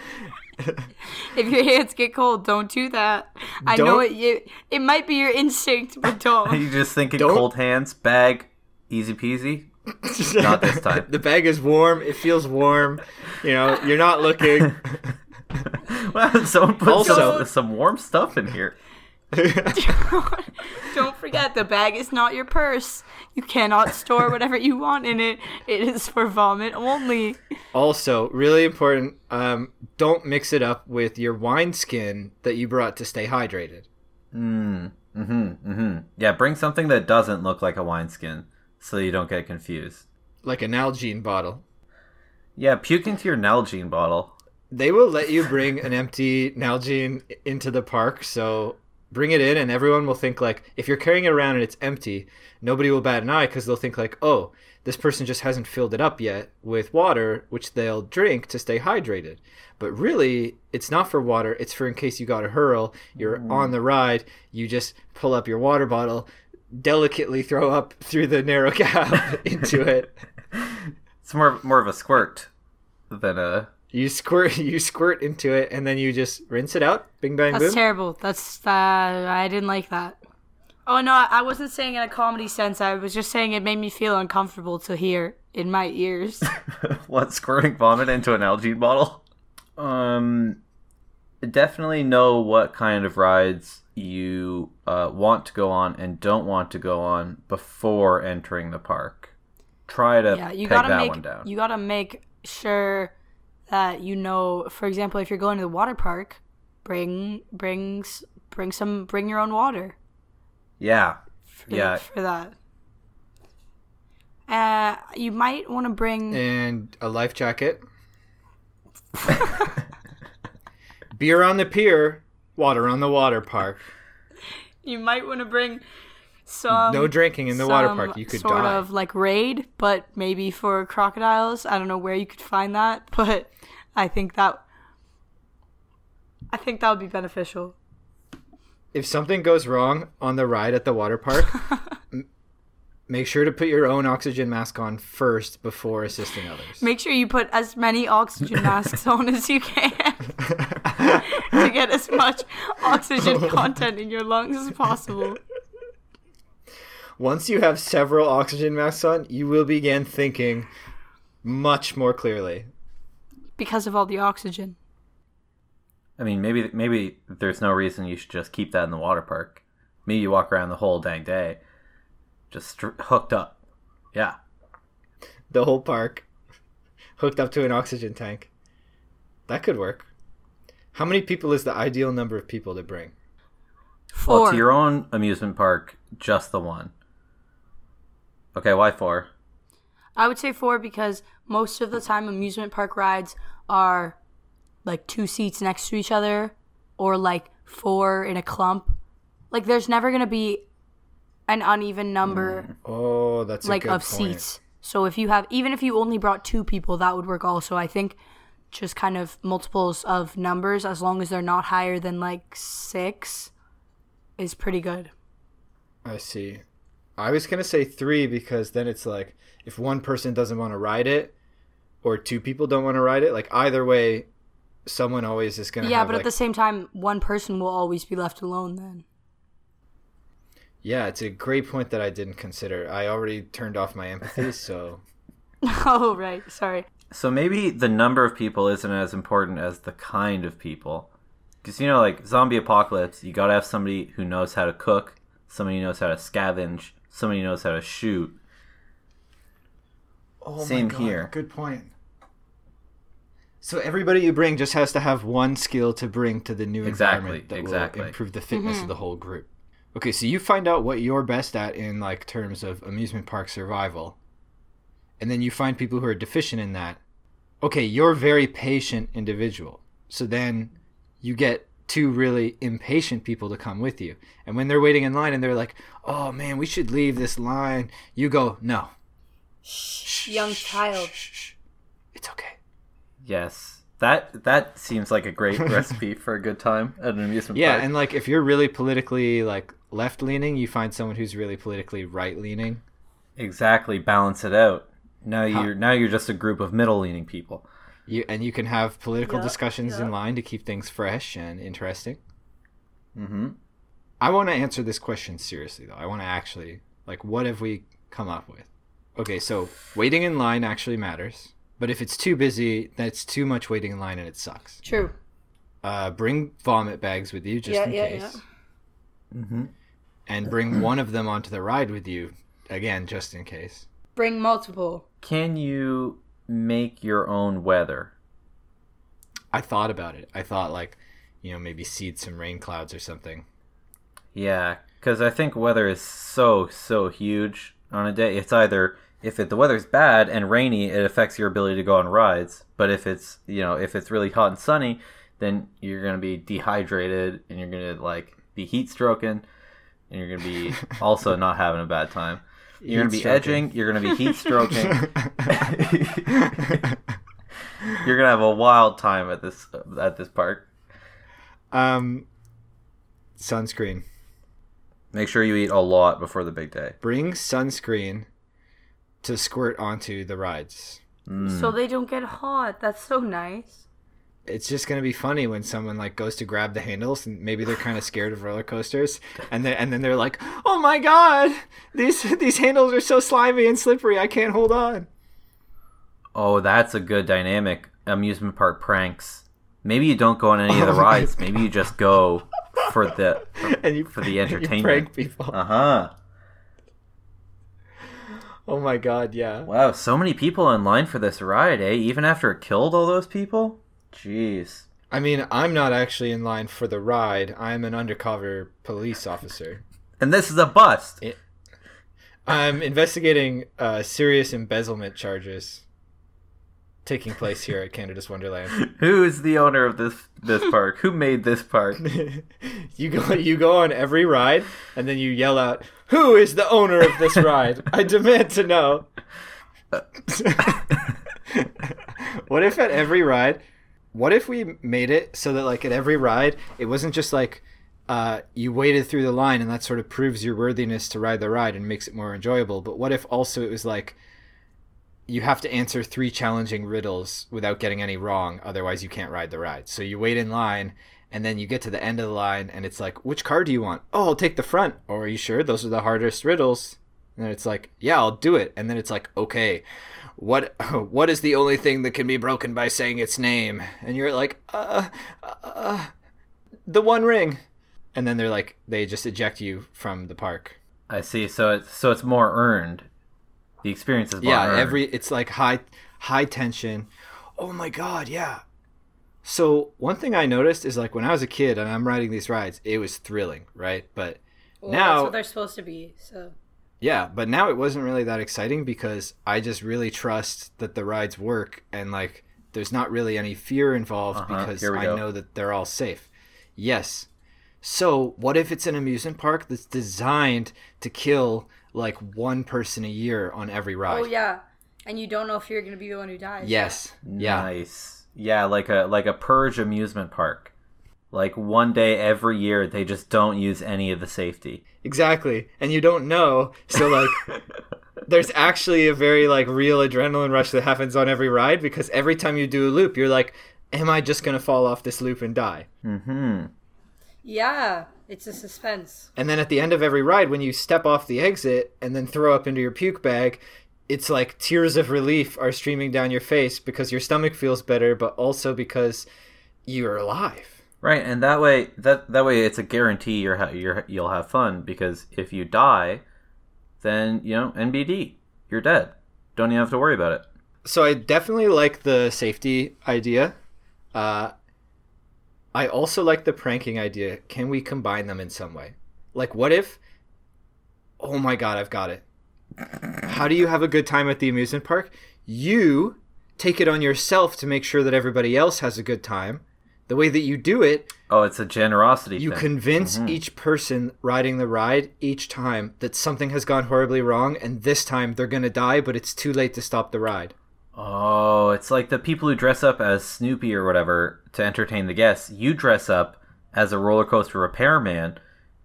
Speaker 3: if your hands get cold, don't do that. I know
Speaker 1: Don't-
Speaker 3: it you, it might be your instinct, but don't.
Speaker 4: You just thinking
Speaker 1: Don't-
Speaker 4: cold hands, bag, easy peasy. Not this time.
Speaker 1: the bag is warm. It feels warm. You know, you're not looking.
Speaker 4: Wow, someone put
Speaker 1: Also-
Speaker 4: some, some warm stuff in here.
Speaker 3: don't forget the bag is not your purse. You cannot store whatever you want in it. It is for vomit only.
Speaker 1: also, really important. Um, don't mix it up with your wine skin that you brought to stay hydrated.
Speaker 4: Mm-hmm. Mm-hmm. Yeah, bring something that doesn't look like a wineskin so you don't get confused.
Speaker 1: like an Nalgene bottle.
Speaker 4: Yeah, puke into your Nalgene bottle.
Speaker 1: They will let you bring an empty Nalgene i- into the park, so bring it in, and everyone will think like if you're carrying it around and it's empty, nobody will bat an eye because they'll think like, oh, this person just hasn't filled it up yet with water, which they'll drink to stay hydrated. But really, it's not for water. It's for in case you got a hurl, you're on the ride, you just pull up your water bottle, delicately throw up through the narrow gap into it.
Speaker 4: It's more more of a squirt than a
Speaker 1: You squirt, you squirt into it, and then you just rinse it out. Bing bang
Speaker 3: That's
Speaker 1: boom.
Speaker 3: terrible. That's uh, I didn't like that. Oh no, I wasn't saying in a comedy sense. I was just saying it made me feel uncomfortable to hear in my ears.
Speaker 4: what squirting vomit into an Nalgene bottle. Um, definitely know what kind of rides you uh, want to go on and don't want to go on before entering the park. Try to
Speaker 3: yeah, you
Speaker 4: peg
Speaker 3: gotta
Speaker 4: that
Speaker 3: make
Speaker 4: one down.
Speaker 3: you gotta make sure that you know. For example, if you're going to the water park, bring brings bring some bring your own water.
Speaker 4: yeah,
Speaker 3: For,
Speaker 4: Yeah.
Speaker 3: for that. Uh, you might want to bring.
Speaker 1: Eh. And a life jacket. Beer on the pier, water on the water park.
Speaker 3: You might want to bring some.
Speaker 1: No drinking in the water
Speaker 3: Um, some
Speaker 1: park. You could
Speaker 3: sort
Speaker 1: die.
Speaker 3: of like raid, but maybe for crocodiles. I don't know where you could find that, but I think that I think that would be beneficial.
Speaker 1: If something goes wrong on the ride at the water park, m- make sure to put your own oxygen mask on first before assisting others.
Speaker 3: Make sure you put as many oxygen masks on as you can to get as much oxygen content in your lungs as possible.
Speaker 1: Once you have several oxygen masks on, you will begin thinking much more clearly.
Speaker 3: Because of all the oxygen.
Speaker 4: I mean maybe maybe there's no reason you should just keep that in the water park. Maybe you walk around the whole dang day, just str- hooked up. Yeah,
Speaker 1: the whole park hooked up to an oxygen tank. That could work. How many people is the ideal number of people to bring?
Speaker 3: Four.
Speaker 4: Well, to your own amusement park, just the one. Okay, why four?
Speaker 3: I would say four because most of the time amusement park rides are like two seats next to each other or like four in a clump. Like there's never gonna be an uneven number
Speaker 1: Oh, that's
Speaker 3: like
Speaker 1: a good
Speaker 3: of
Speaker 1: point.
Speaker 3: seats. So if you have even if you only brought two people, that would work also. I think just kind of multiples of numbers as long as they're not higher than like six is pretty good.
Speaker 1: I see. I was gonna say three because then it's like if one person doesn't want to ride it, or two people don't want to ride it. Like either way, someone always is gonna.
Speaker 3: Yeah,
Speaker 1: have,
Speaker 3: but
Speaker 1: like-
Speaker 3: at the same time, one person will always be left alone then.
Speaker 1: yeah, it's a great point that I didn't consider. I already turned off my empathy, so
Speaker 3: oh right, sorry.
Speaker 4: So maybe the number of people isn't as important as the kind of people. Because, you know, like zombie apocalypse, you gotta have somebody who knows how to cook, somebody who knows how to scavenge, somebody who knows how to shoot.
Speaker 1: Oh
Speaker 4: Same here.
Speaker 1: Good point. So everybody you bring just has to have one skill to bring to the new
Speaker 4: Exactly,
Speaker 1: environment that
Speaker 4: exactly.
Speaker 1: will improve the fitness of the whole group. Okay, so you find out what you're best at in like terms of amusement park survival. And then you find people who are deficient in that. Okay, you're a very patient individual. So then you get two really impatient people to come with you. And when they're waiting in line and they're like, "Oh man, we should leave this line." You go, "No."
Speaker 5: Shh, young child.
Speaker 1: It's okay.
Speaker 4: Yes. That that seems like a great recipe for a good time at an amusement
Speaker 1: Yeah,
Speaker 4: park.
Speaker 1: and like if you're really politically like left leaning, you find someone who's really politically right leaning.
Speaker 4: exactly. Balance it out. Now you're now you're just a group of middle leaning people.
Speaker 1: You and you can have political
Speaker 5: Yeah,
Speaker 1: discussions
Speaker 5: yeah.
Speaker 1: in line to keep things fresh and interesting.
Speaker 4: Mm-hmm.
Speaker 1: I want to answer this question seriously though. I want to actually like what have we come up with? Okay, so waiting in line actually matters, but if it's too busy, that's too much waiting in line and it sucks.
Speaker 3: True.
Speaker 1: Uh, bring vomit bags with you just
Speaker 5: Yeah,
Speaker 1: in
Speaker 5: yeah,
Speaker 1: case,
Speaker 5: yeah.
Speaker 4: Mm-hmm.
Speaker 1: and bring one of them onto the ride with you again just in case.
Speaker 3: Bring multiple.
Speaker 4: Can you make your own weather?
Speaker 1: I thought about it. I thought like, you know, maybe seed some rain clouds or something.
Speaker 4: Yeah, because I think weather is so so huge on a day. It's either if it, the weather's bad and rainy, it affects your ability to go on rides. But if it's you know if it's really hot and sunny, then you're gonna be dehydrated and you're gonna like be heat stroking, and you're gonna be also not having a bad time. You're gonna be
Speaker 1: Heat-stroking.
Speaker 4: edging. You're gonna be heat stroking. you're gonna have a wild time at this at this park.
Speaker 1: um, sunscreen.
Speaker 4: Make sure you eat a lot before the big day.
Speaker 1: Bring sunscreen to squirt onto the rides. Mm.
Speaker 3: So they don't get hot. That's so nice.
Speaker 1: It's just gonna be funny when someone like goes to grab the handles and maybe they're kind of scared of roller coasters and then and then they're like, oh my god, these these handles are so slimy and slippery, I can't hold on.
Speaker 4: Oh, that's a good dynamic. Amusement park pranks. Maybe you don't go on any of
Speaker 1: Oh
Speaker 4: the rides. Maybe you just go for the.
Speaker 1: And you
Speaker 4: For the
Speaker 1: and you
Speaker 4: entertainment.
Speaker 1: prank people.
Speaker 4: Uh huh.
Speaker 1: Oh my god, yeah.
Speaker 4: Wow, so many people in line for this ride, eh? Even after it killed all those people? Jeez.
Speaker 1: I mean, I'm not actually in line for the ride. I'm an undercover police officer.
Speaker 4: And this is a bust.
Speaker 1: I'm investigating uh, serious embezzlement charges taking place here at Canada's Wonderland.
Speaker 4: Who is the owner of this this park? Who made this park?
Speaker 1: you go, you go on every ride, and then you yell out, "Who is the owner of this ride? I demand to know." what if at every ride? What if we made it so that like at every ride, it wasn't just like uh, you waded through the line, and that sort of proves your worthiness to ride the ride and makes it more enjoyable. But what if also it was like you have to answer three challenging riddles without getting any wrong, otherwise you can't ride the ride. So you wait in line, and then you get to the end of the line, and it's like, which car do you want? Oh, I'll take the front. Oh, are you sure? Those are the hardest riddles. And then it's like, yeah, I'll do it. And then it's like, okay, what what is the only thing that can be broken by saying its name? And you're like, uh, uh, the One Ring. And then they're like, they just eject you from the park.
Speaker 4: I see. So it's so it's more earned. The experience is more
Speaker 1: yeah
Speaker 4: earned.
Speaker 1: every it's like high high tension oh my god yeah so one thing i noticed is like when i was a kid and i'm riding these rides it was thrilling right but
Speaker 5: Well, that's
Speaker 1: now
Speaker 5: what they're supposed to be. So
Speaker 1: yeah but now it wasn't really that exciting because i just really trust that the rides work and like there's not really any fear involved
Speaker 4: Uh-huh,
Speaker 1: because
Speaker 4: here we
Speaker 1: i
Speaker 4: go.
Speaker 1: know that they're all safe yes so what if it's an amusement park that's designed to kill like one person a year on every ride
Speaker 5: Oh yeah, and you don't know if you're gonna be the one who dies.
Speaker 1: yes yeah
Speaker 4: Nice. Yeah, like a like a purge amusement park. Like one day every year they just don't use any of the safety.
Speaker 1: Exactly. And you don't know. So like there's actually a very like real adrenaline rush that happens on every ride because every time you do a loop, you're like, am I just going to fall off this loop and die?
Speaker 4: Mhm.
Speaker 5: Yeah, it's a suspense.
Speaker 1: And then at the end of every ride when you step off the exit and then throw up into your puke bag, it's like tears of relief are streaming down your face because your stomach feels better, but also because you're alive.
Speaker 4: Right, and that way that that way it's a guarantee you're ha- you're you'll have fun because if you die, then you know NBD, you're dead. Don't even have to worry about it.
Speaker 1: so I definitely like the safety idea. Uh, I also like the pranking idea. Can we combine them in some way? Like, what if? Oh my god, I've got it. How do you have a good time at the amusement park? You take it on yourself to make sure that everybody else has a good time. The way that you do it
Speaker 4: Oh, it's a generosity
Speaker 1: you
Speaker 4: thing.
Speaker 1: convince each person riding the ride each time that something has gone horribly wrong and this time they're going to die but it's too late to stop the ride
Speaker 4: Oh, it's like the people who dress up as Snoopy or whatever to entertain the guests. You dress up as a roller coaster repairman,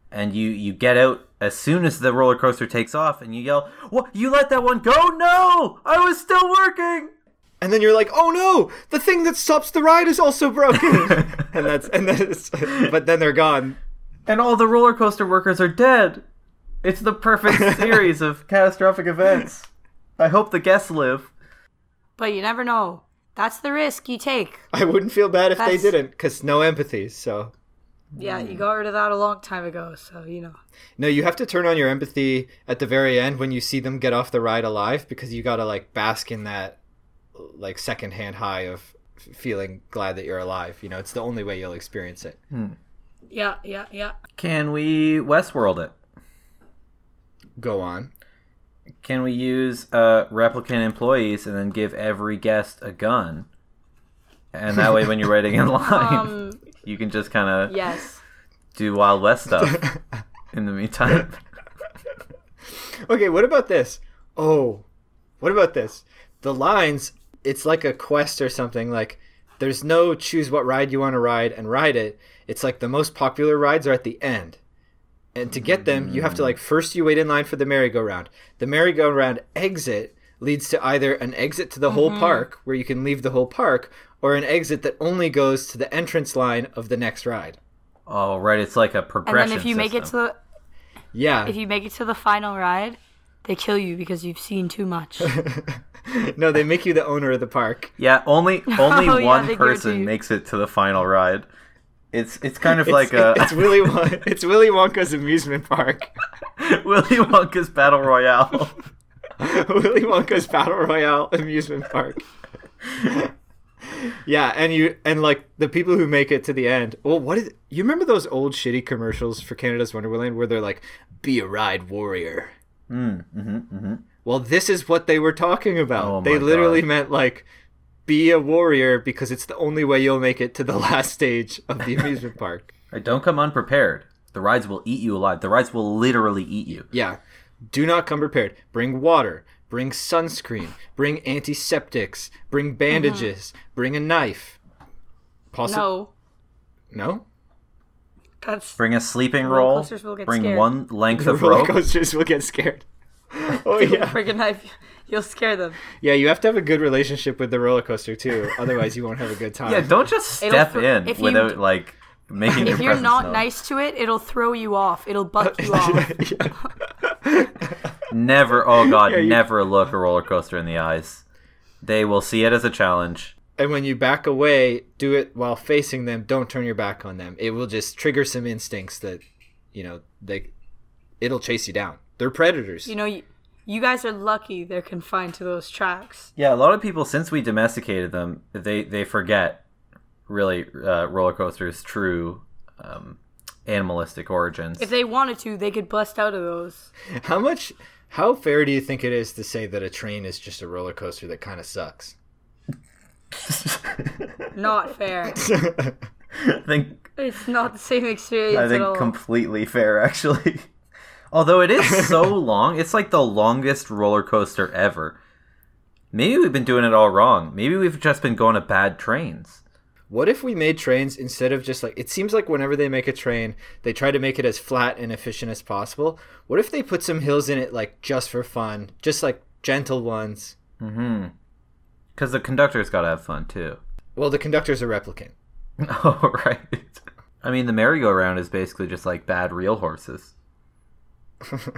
Speaker 4: and you you get out as soon as the roller coaster takes off, and you yell, "What? You let that one go? No! I was still working."
Speaker 1: and then you're like oh no the thing that stops the ride is also broken and that's and then it's, but then they're gone
Speaker 4: And all the roller coaster workers are dead. It's the perfect series of catastrophic events. I hope the guests live.
Speaker 3: But you never know. That's the risk you take.
Speaker 1: i wouldn't feel bad if
Speaker 3: That's-
Speaker 1: they didn't cuz no empathy so
Speaker 3: Yeah,
Speaker 1: Mm.
Speaker 3: you got rid of that a long time ago, so you know.
Speaker 1: no you have to turn on your empathy at the very end when you see them get off the ride alive because you got to like bask in that like secondhand high of f- feeling glad that you're alive you know it's the only way you'll experience it
Speaker 5: Yeah, yeah, yeah.
Speaker 4: Can we Westworld it?
Speaker 1: go on
Speaker 4: Can we use uh, replicant employees and then give every guest a gun? And that way, when you're waiting in line,
Speaker 3: Um,
Speaker 4: you can just kind of
Speaker 3: yes.
Speaker 4: do Wild West stuff in the meantime.
Speaker 1: Okay, what about this? Oh, what about this? The lines, it's like a quest or something. Like, there's no choose what ride you want to ride and ride it. It's like the most popular rides are at the end. And to get them, you have to, like, first you wait in line for the merry-go-round. The merry-go-round exit leads to either an exit to the
Speaker 3: Mm-hmm.
Speaker 1: whole park, where you can leave the whole park, or an exit that only goes to the entrance line of the next ride.
Speaker 4: oh, right. It's like a
Speaker 3: And
Speaker 4: progression.
Speaker 3: then if you make it to
Speaker 4: system.
Speaker 3: the
Speaker 1: Yeah.
Speaker 3: if you make it to the final ride, they kill you because you've seen too much.
Speaker 1: no, they make you the owner of the park.
Speaker 4: yeah, only only
Speaker 3: Oh,
Speaker 4: one
Speaker 3: yeah, they give it to
Speaker 4: person
Speaker 3: you.
Speaker 4: makes it to the final ride. It's it's kind of like
Speaker 1: It's-
Speaker 4: a
Speaker 1: it's Willy Wonka, it's Willy Wonka's amusement park.
Speaker 4: Willy Wonka's battle royale.
Speaker 1: Willy Wonka's battle royale amusement park. yeah, and you and like the people who make it to the end. Well, what is you remember those old shitty commercials for Canada's Wonderland where they're like, "Be a ride warrior." Well, this is what they were talking about.
Speaker 4: Hmm, mm-hmm, Oh
Speaker 1: they
Speaker 4: my
Speaker 1: literally
Speaker 4: God.
Speaker 1: meant like, "Be a warrior" because it's the only way you'll make it to the last stage of the amusement park.
Speaker 4: Right, don't come unprepared. The rides will eat you alive. The rides will literally eat you.
Speaker 1: Yeah. Do not come prepared. Bring water. Bring sunscreen. Bring antiseptics. Bring
Speaker 3: Mm-hmm.
Speaker 1: bandages. Bring a knife. Possible?
Speaker 3: no,
Speaker 1: No. no?
Speaker 5: That's
Speaker 4: Bring a sleeping
Speaker 5: Roller
Speaker 4: roll.
Speaker 5: coasters will get
Speaker 4: Bring
Speaker 5: scared.
Speaker 4: one length of
Speaker 1: Roller
Speaker 4: rope.
Speaker 1: coasters will get scared. Oh yeah.
Speaker 3: friggin' knife. You'll scare them.
Speaker 1: Yeah, you have to have a good relationship with the roller coaster too. Otherwise you won't have a good time.
Speaker 4: Yeah, don't just
Speaker 3: It'll
Speaker 4: step
Speaker 3: fr-
Speaker 4: in
Speaker 3: if you-
Speaker 4: without like making your
Speaker 3: If you're
Speaker 4: presence
Speaker 3: not
Speaker 4: known.
Speaker 3: nice to it, it'll throw you off. It'll buck you off.
Speaker 4: Never, oh god,
Speaker 1: you-
Speaker 4: never look a roller coaster in the eyes. They will see it as a challenge.
Speaker 1: And when you back away, do it while facing them. Don't turn your back on them. It will just trigger some instincts that you know, they it'll chase you down. They're predators.
Speaker 3: You know, you, you guys are lucky they're confined to those tracks.
Speaker 4: Yeah, a lot of people since we domesticated them, they they forget really uh, roller coasters' true um, animalistic origins.
Speaker 3: If they wanted to, they could bust out of those.
Speaker 1: How much how fair do you think it is to say that a train is just a roller coaster that kind of sucks?
Speaker 3: Not fair.
Speaker 4: I think
Speaker 3: it's not the same experience
Speaker 4: I
Speaker 3: at all.
Speaker 4: think completely fair actually. Although it is so long, it's like the longest roller coaster ever. Maybe we've been doing it all wrong. Maybe we've just been going to bad trains.
Speaker 1: What if we made trains instead of just like it seems like whenever they make a train, they try to make it as flat and efficient as possible. What if they put some hills in it like just for fun, just like gentle ones?
Speaker 4: Mm-hmm. Because the conductor's got to have fun too.
Speaker 1: Well, the conductor's a replicant.
Speaker 4: Oh right. I mean, the merry-go-round is basically just like bad real horses.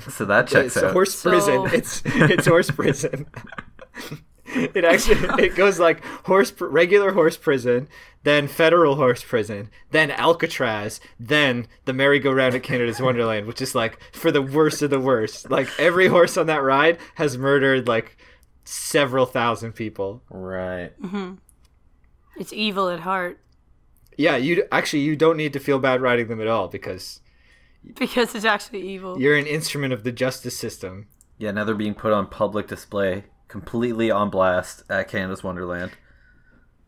Speaker 4: So that checks
Speaker 1: It's a
Speaker 4: out.
Speaker 1: horse
Speaker 3: So-
Speaker 1: prison. It's it's horse prison. it actually it goes like horse pr- regular horse prison, then federal horse prison, then Alcatraz, then the merry-go-round at Canada's Wonderland, which is like for the worst of the worst. Like every horse on that ride has murdered like several thousand people.
Speaker 4: Right.
Speaker 1: Mm-hmm.
Speaker 3: It's evil at heart.
Speaker 1: Yeah, you actually you don't need to feel bad riding them at all because
Speaker 3: because it's actually evil.
Speaker 1: You're an instrument of the justice system.
Speaker 4: Yeah, now they're being put on public display, completely on blast at Canada's Wonderland.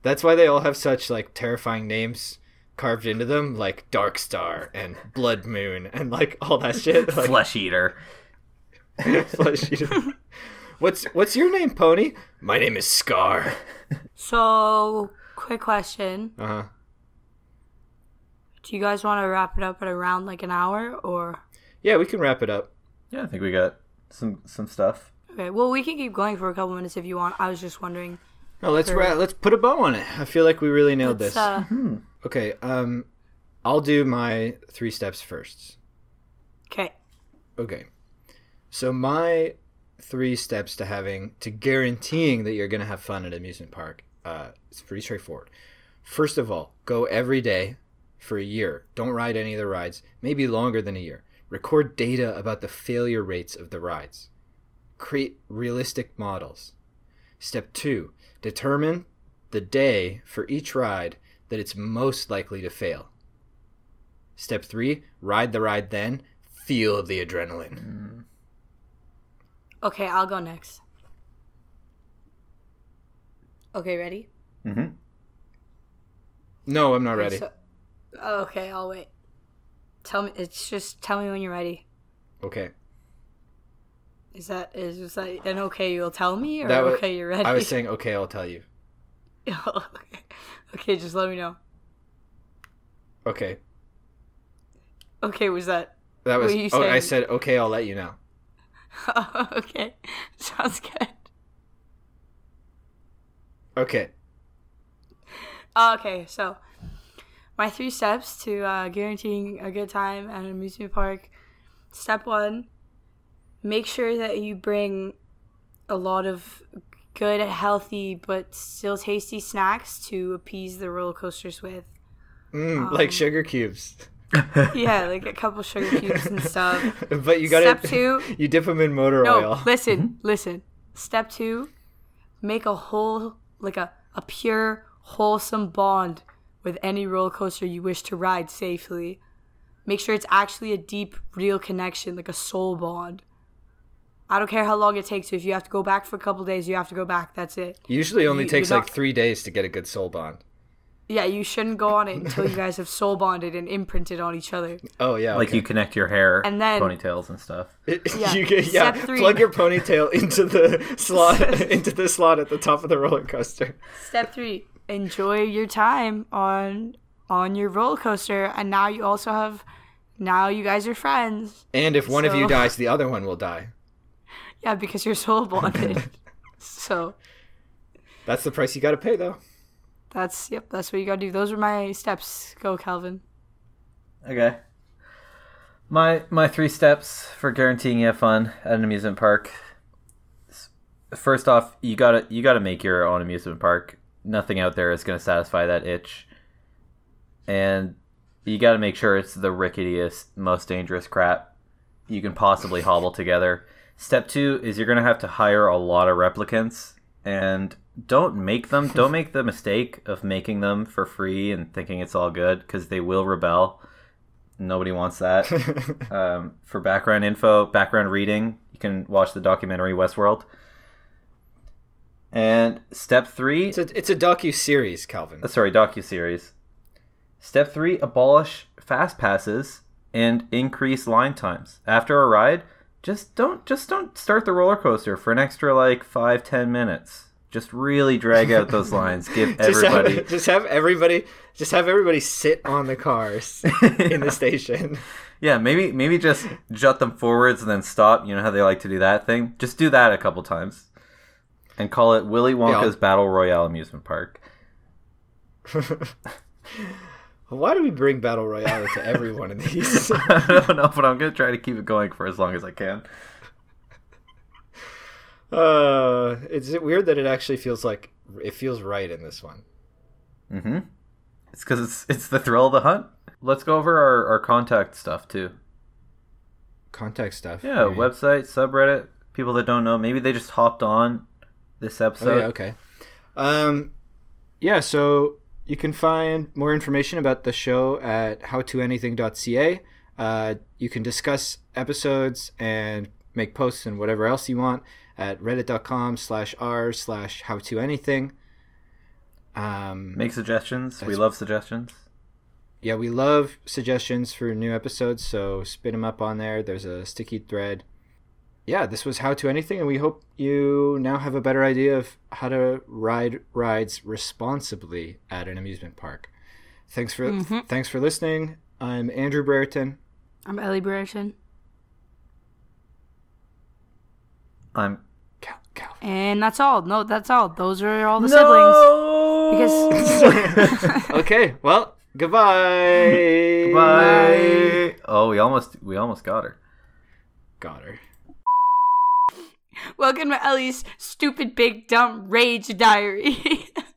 Speaker 1: That's why they all have such like terrifying names carved into them, like Dark Star and Blood Moon and like all that shit. Like,
Speaker 4: Flesh eater.
Speaker 1: Flesh Eater. What's what's your name, Pony? My name is Scar.
Speaker 3: So, quick question:
Speaker 1: Uh huh.
Speaker 3: Do you guys want to wrap it up at around like an hour or?
Speaker 1: Yeah, we can wrap it up.
Speaker 4: Yeah, I think we got some some stuff.
Speaker 3: Okay, well, we can keep going for a couple minutes if you want. I was just wondering.
Speaker 1: No, let's ra- let's put a bow on it. I feel like we really nailed
Speaker 3: Let's,
Speaker 1: this.
Speaker 3: uh,
Speaker 4: Mm-hmm.
Speaker 1: Okay, um, I'll do my three steps first.
Speaker 3: okay,
Speaker 1: Okay. So my three steps to having to guaranteeing that you're going to have fun at amusement park. Uh, it's pretty straightforward. First of all, go every day for a year. Don't ride any of the rides, maybe longer than a year. Record data about the failure rates of the rides. Create realistic models. Step 2, determine the day for each ride that it's most likely to fail. Step 3, ride the ride then, feel the adrenaline.
Speaker 3: okay, I'll go next. Okay, ready?
Speaker 4: hmm
Speaker 1: Mm-hmm. No, I'm not ready.
Speaker 3: So- okay, I'll wait. Tell me. It's just tell me when you're ready.
Speaker 1: Okay.
Speaker 3: Is that is, is that an okay? You'll tell me or
Speaker 1: That wa-
Speaker 3: okay? You're ready.
Speaker 1: I was saying, okay, I'll tell you.
Speaker 3: okay. okay, just let me know.
Speaker 1: Okay.
Speaker 3: Okay, was that
Speaker 1: That was.
Speaker 3: Were you
Speaker 1: Oh, I
Speaker 3: saying-
Speaker 1: said, okay, I'll let you know.
Speaker 3: okay? Sounds good.
Speaker 1: Okay.
Speaker 3: Oh, Okay, so my three steps to uh, guaranteeing a good time at an amusement park. Step one: make sure that you bring a lot of good, healthy, but still tasty snacks to appease the roller coasters with.
Speaker 1: Mm,
Speaker 3: Um,
Speaker 1: like sugar cubes.
Speaker 3: Yeah, like a couple sugar cubes and stuff.
Speaker 1: but you gotta.
Speaker 3: Step two.
Speaker 1: You dip them in motor
Speaker 3: No,
Speaker 1: oil.
Speaker 3: listen, listen. Step two, make a whole like a, a pure, wholesome bond with any roller coaster you wish to ride safely. Make sure it's actually a deep, real connection, like a soul bond. I don't care how long it takes you. If you have to go back for a couple days, you have to go back. That's it.
Speaker 1: Usually only
Speaker 3: you-
Speaker 1: takes
Speaker 3: you're
Speaker 1: like
Speaker 3: not-
Speaker 1: three days to get a good soul bond.
Speaker 3: Yeah, you shouldn't go on it until you guys have soul bonded and imprinted on each other.
Speaker 1: Oh yeah.
Speaker 4: Like
Speaker 1: okay.
Speaker 4: you connect your hair
Speaker 3: And then-
Speaker 4: ponytails and stuff.
Speaker 3: yeah.
Speaker 1: you get, yeah.
Speaker 3: Step three.
Speaker 1: Plug your ponytail into the slot into the slot at the top of the roller coaster.
Speaker 3: Step three: enjoy your time on on your roller coaster, and now you also have. Now you guys are friends.
Speaker 1: And if one of you
Speaker 3: So-
Speaker 1: dies, the other one will die.
Speaker 3: Yeah, because you're soul bonded. so
Speaker 1: That's the price you gotta pay, though.
Speaker 3: that's yep, that's what you gotta do. Those are my steps. Go, Calvin.
Speaker 4: Okay. My my three steps for guaranteeing you have fun at an amusement park. S- First off, you gotta you gotta make your own amusement park. Nothing out there is gonna satisfy that itch. And you gotta make sure it's the ricketiest, most dangerous crap you can possibly hobble together. Step two is you're gonna have to hire a lot of replicants and don't make them don't make the mistake of making them for free and thinking it's all good because they will rebel nobody wants that. um, for background info, background reading, you can watch the documentary Westworld. And step three,
Speaker 1: It's a it's a docu series, Calvin.
Speaker 4: uh, sorry, docu series. Step three, abolish fast passes and increase line times after a ride. Just don't just don't start the roller coaster for an extra like five ten minutes. Just really drag out those lines. Give
Speaker 1: Just have-
Speaker 4: everybody
Speaker 1: just have everybody just have everybody sit on the cars in the station
Speaker 4: Yeah, maybe maybe just jut them forwards and then stop. You know how they like to do that thing? Just do that a couple times. And call it Willy Wonka's
Speaker 1: Yeah.
Speaker 4: Battle Royale Amusement Park.
Speaker 1: why do we bring battle royale to every one of these
Speaker 4: I don't know, but I'm gonna try to keep it going for as long as I can.
Speaker 1: uh is it weird that it actually feels like it feels right in this one
Speaker 4: Mm-hmm. It's because it's it's the thrill of the hunt. Let's go over our, our contact stuff too.
Speaker 1: contact stuff
Speaker 4: Yeah,
Speaker 1: maybe.
Speaker 4: website, subreddit. People that don't know, maybe they just hopped on this episode.
Speaker 1: Oh, yeah, okay. Um, yeah, so you can find more information about the show at howtoanything.ca. Uh, you can discuss episodes and make posts and whatever else you want at reddit.com slash r slash how to anything. Um,
Speaker 4: Make suggestions. we
Speaker 1: That's-
Speaker 4: love suggestions.
Speaker 1: yeah, we love suggestions for new episodes, so spin them up on there. There's a sticky thread. Yeah, this was How to Anything, and we hope you now have a better idea of how to ride rides responsibly at an amusement park. Thanks for
Speaker 3: Mhm.
Speaker 1: thanks for listening. I'm Andrew Brereton.
Speaker 3: I'm Ellie Brereton.
Speaker 4: I'm
Speaker 1: Cal- Cal-
Speaker 3: And that's all. No, that's all. Those are all the siblings. Because
Speaker 1: okay, well, goodbye.
Speaker 4: Bye. Oh, we almost we almost got her.
Speaker 1: Got her.
Speaker 3: welcome to Ellie's stupid big dumb rage diary.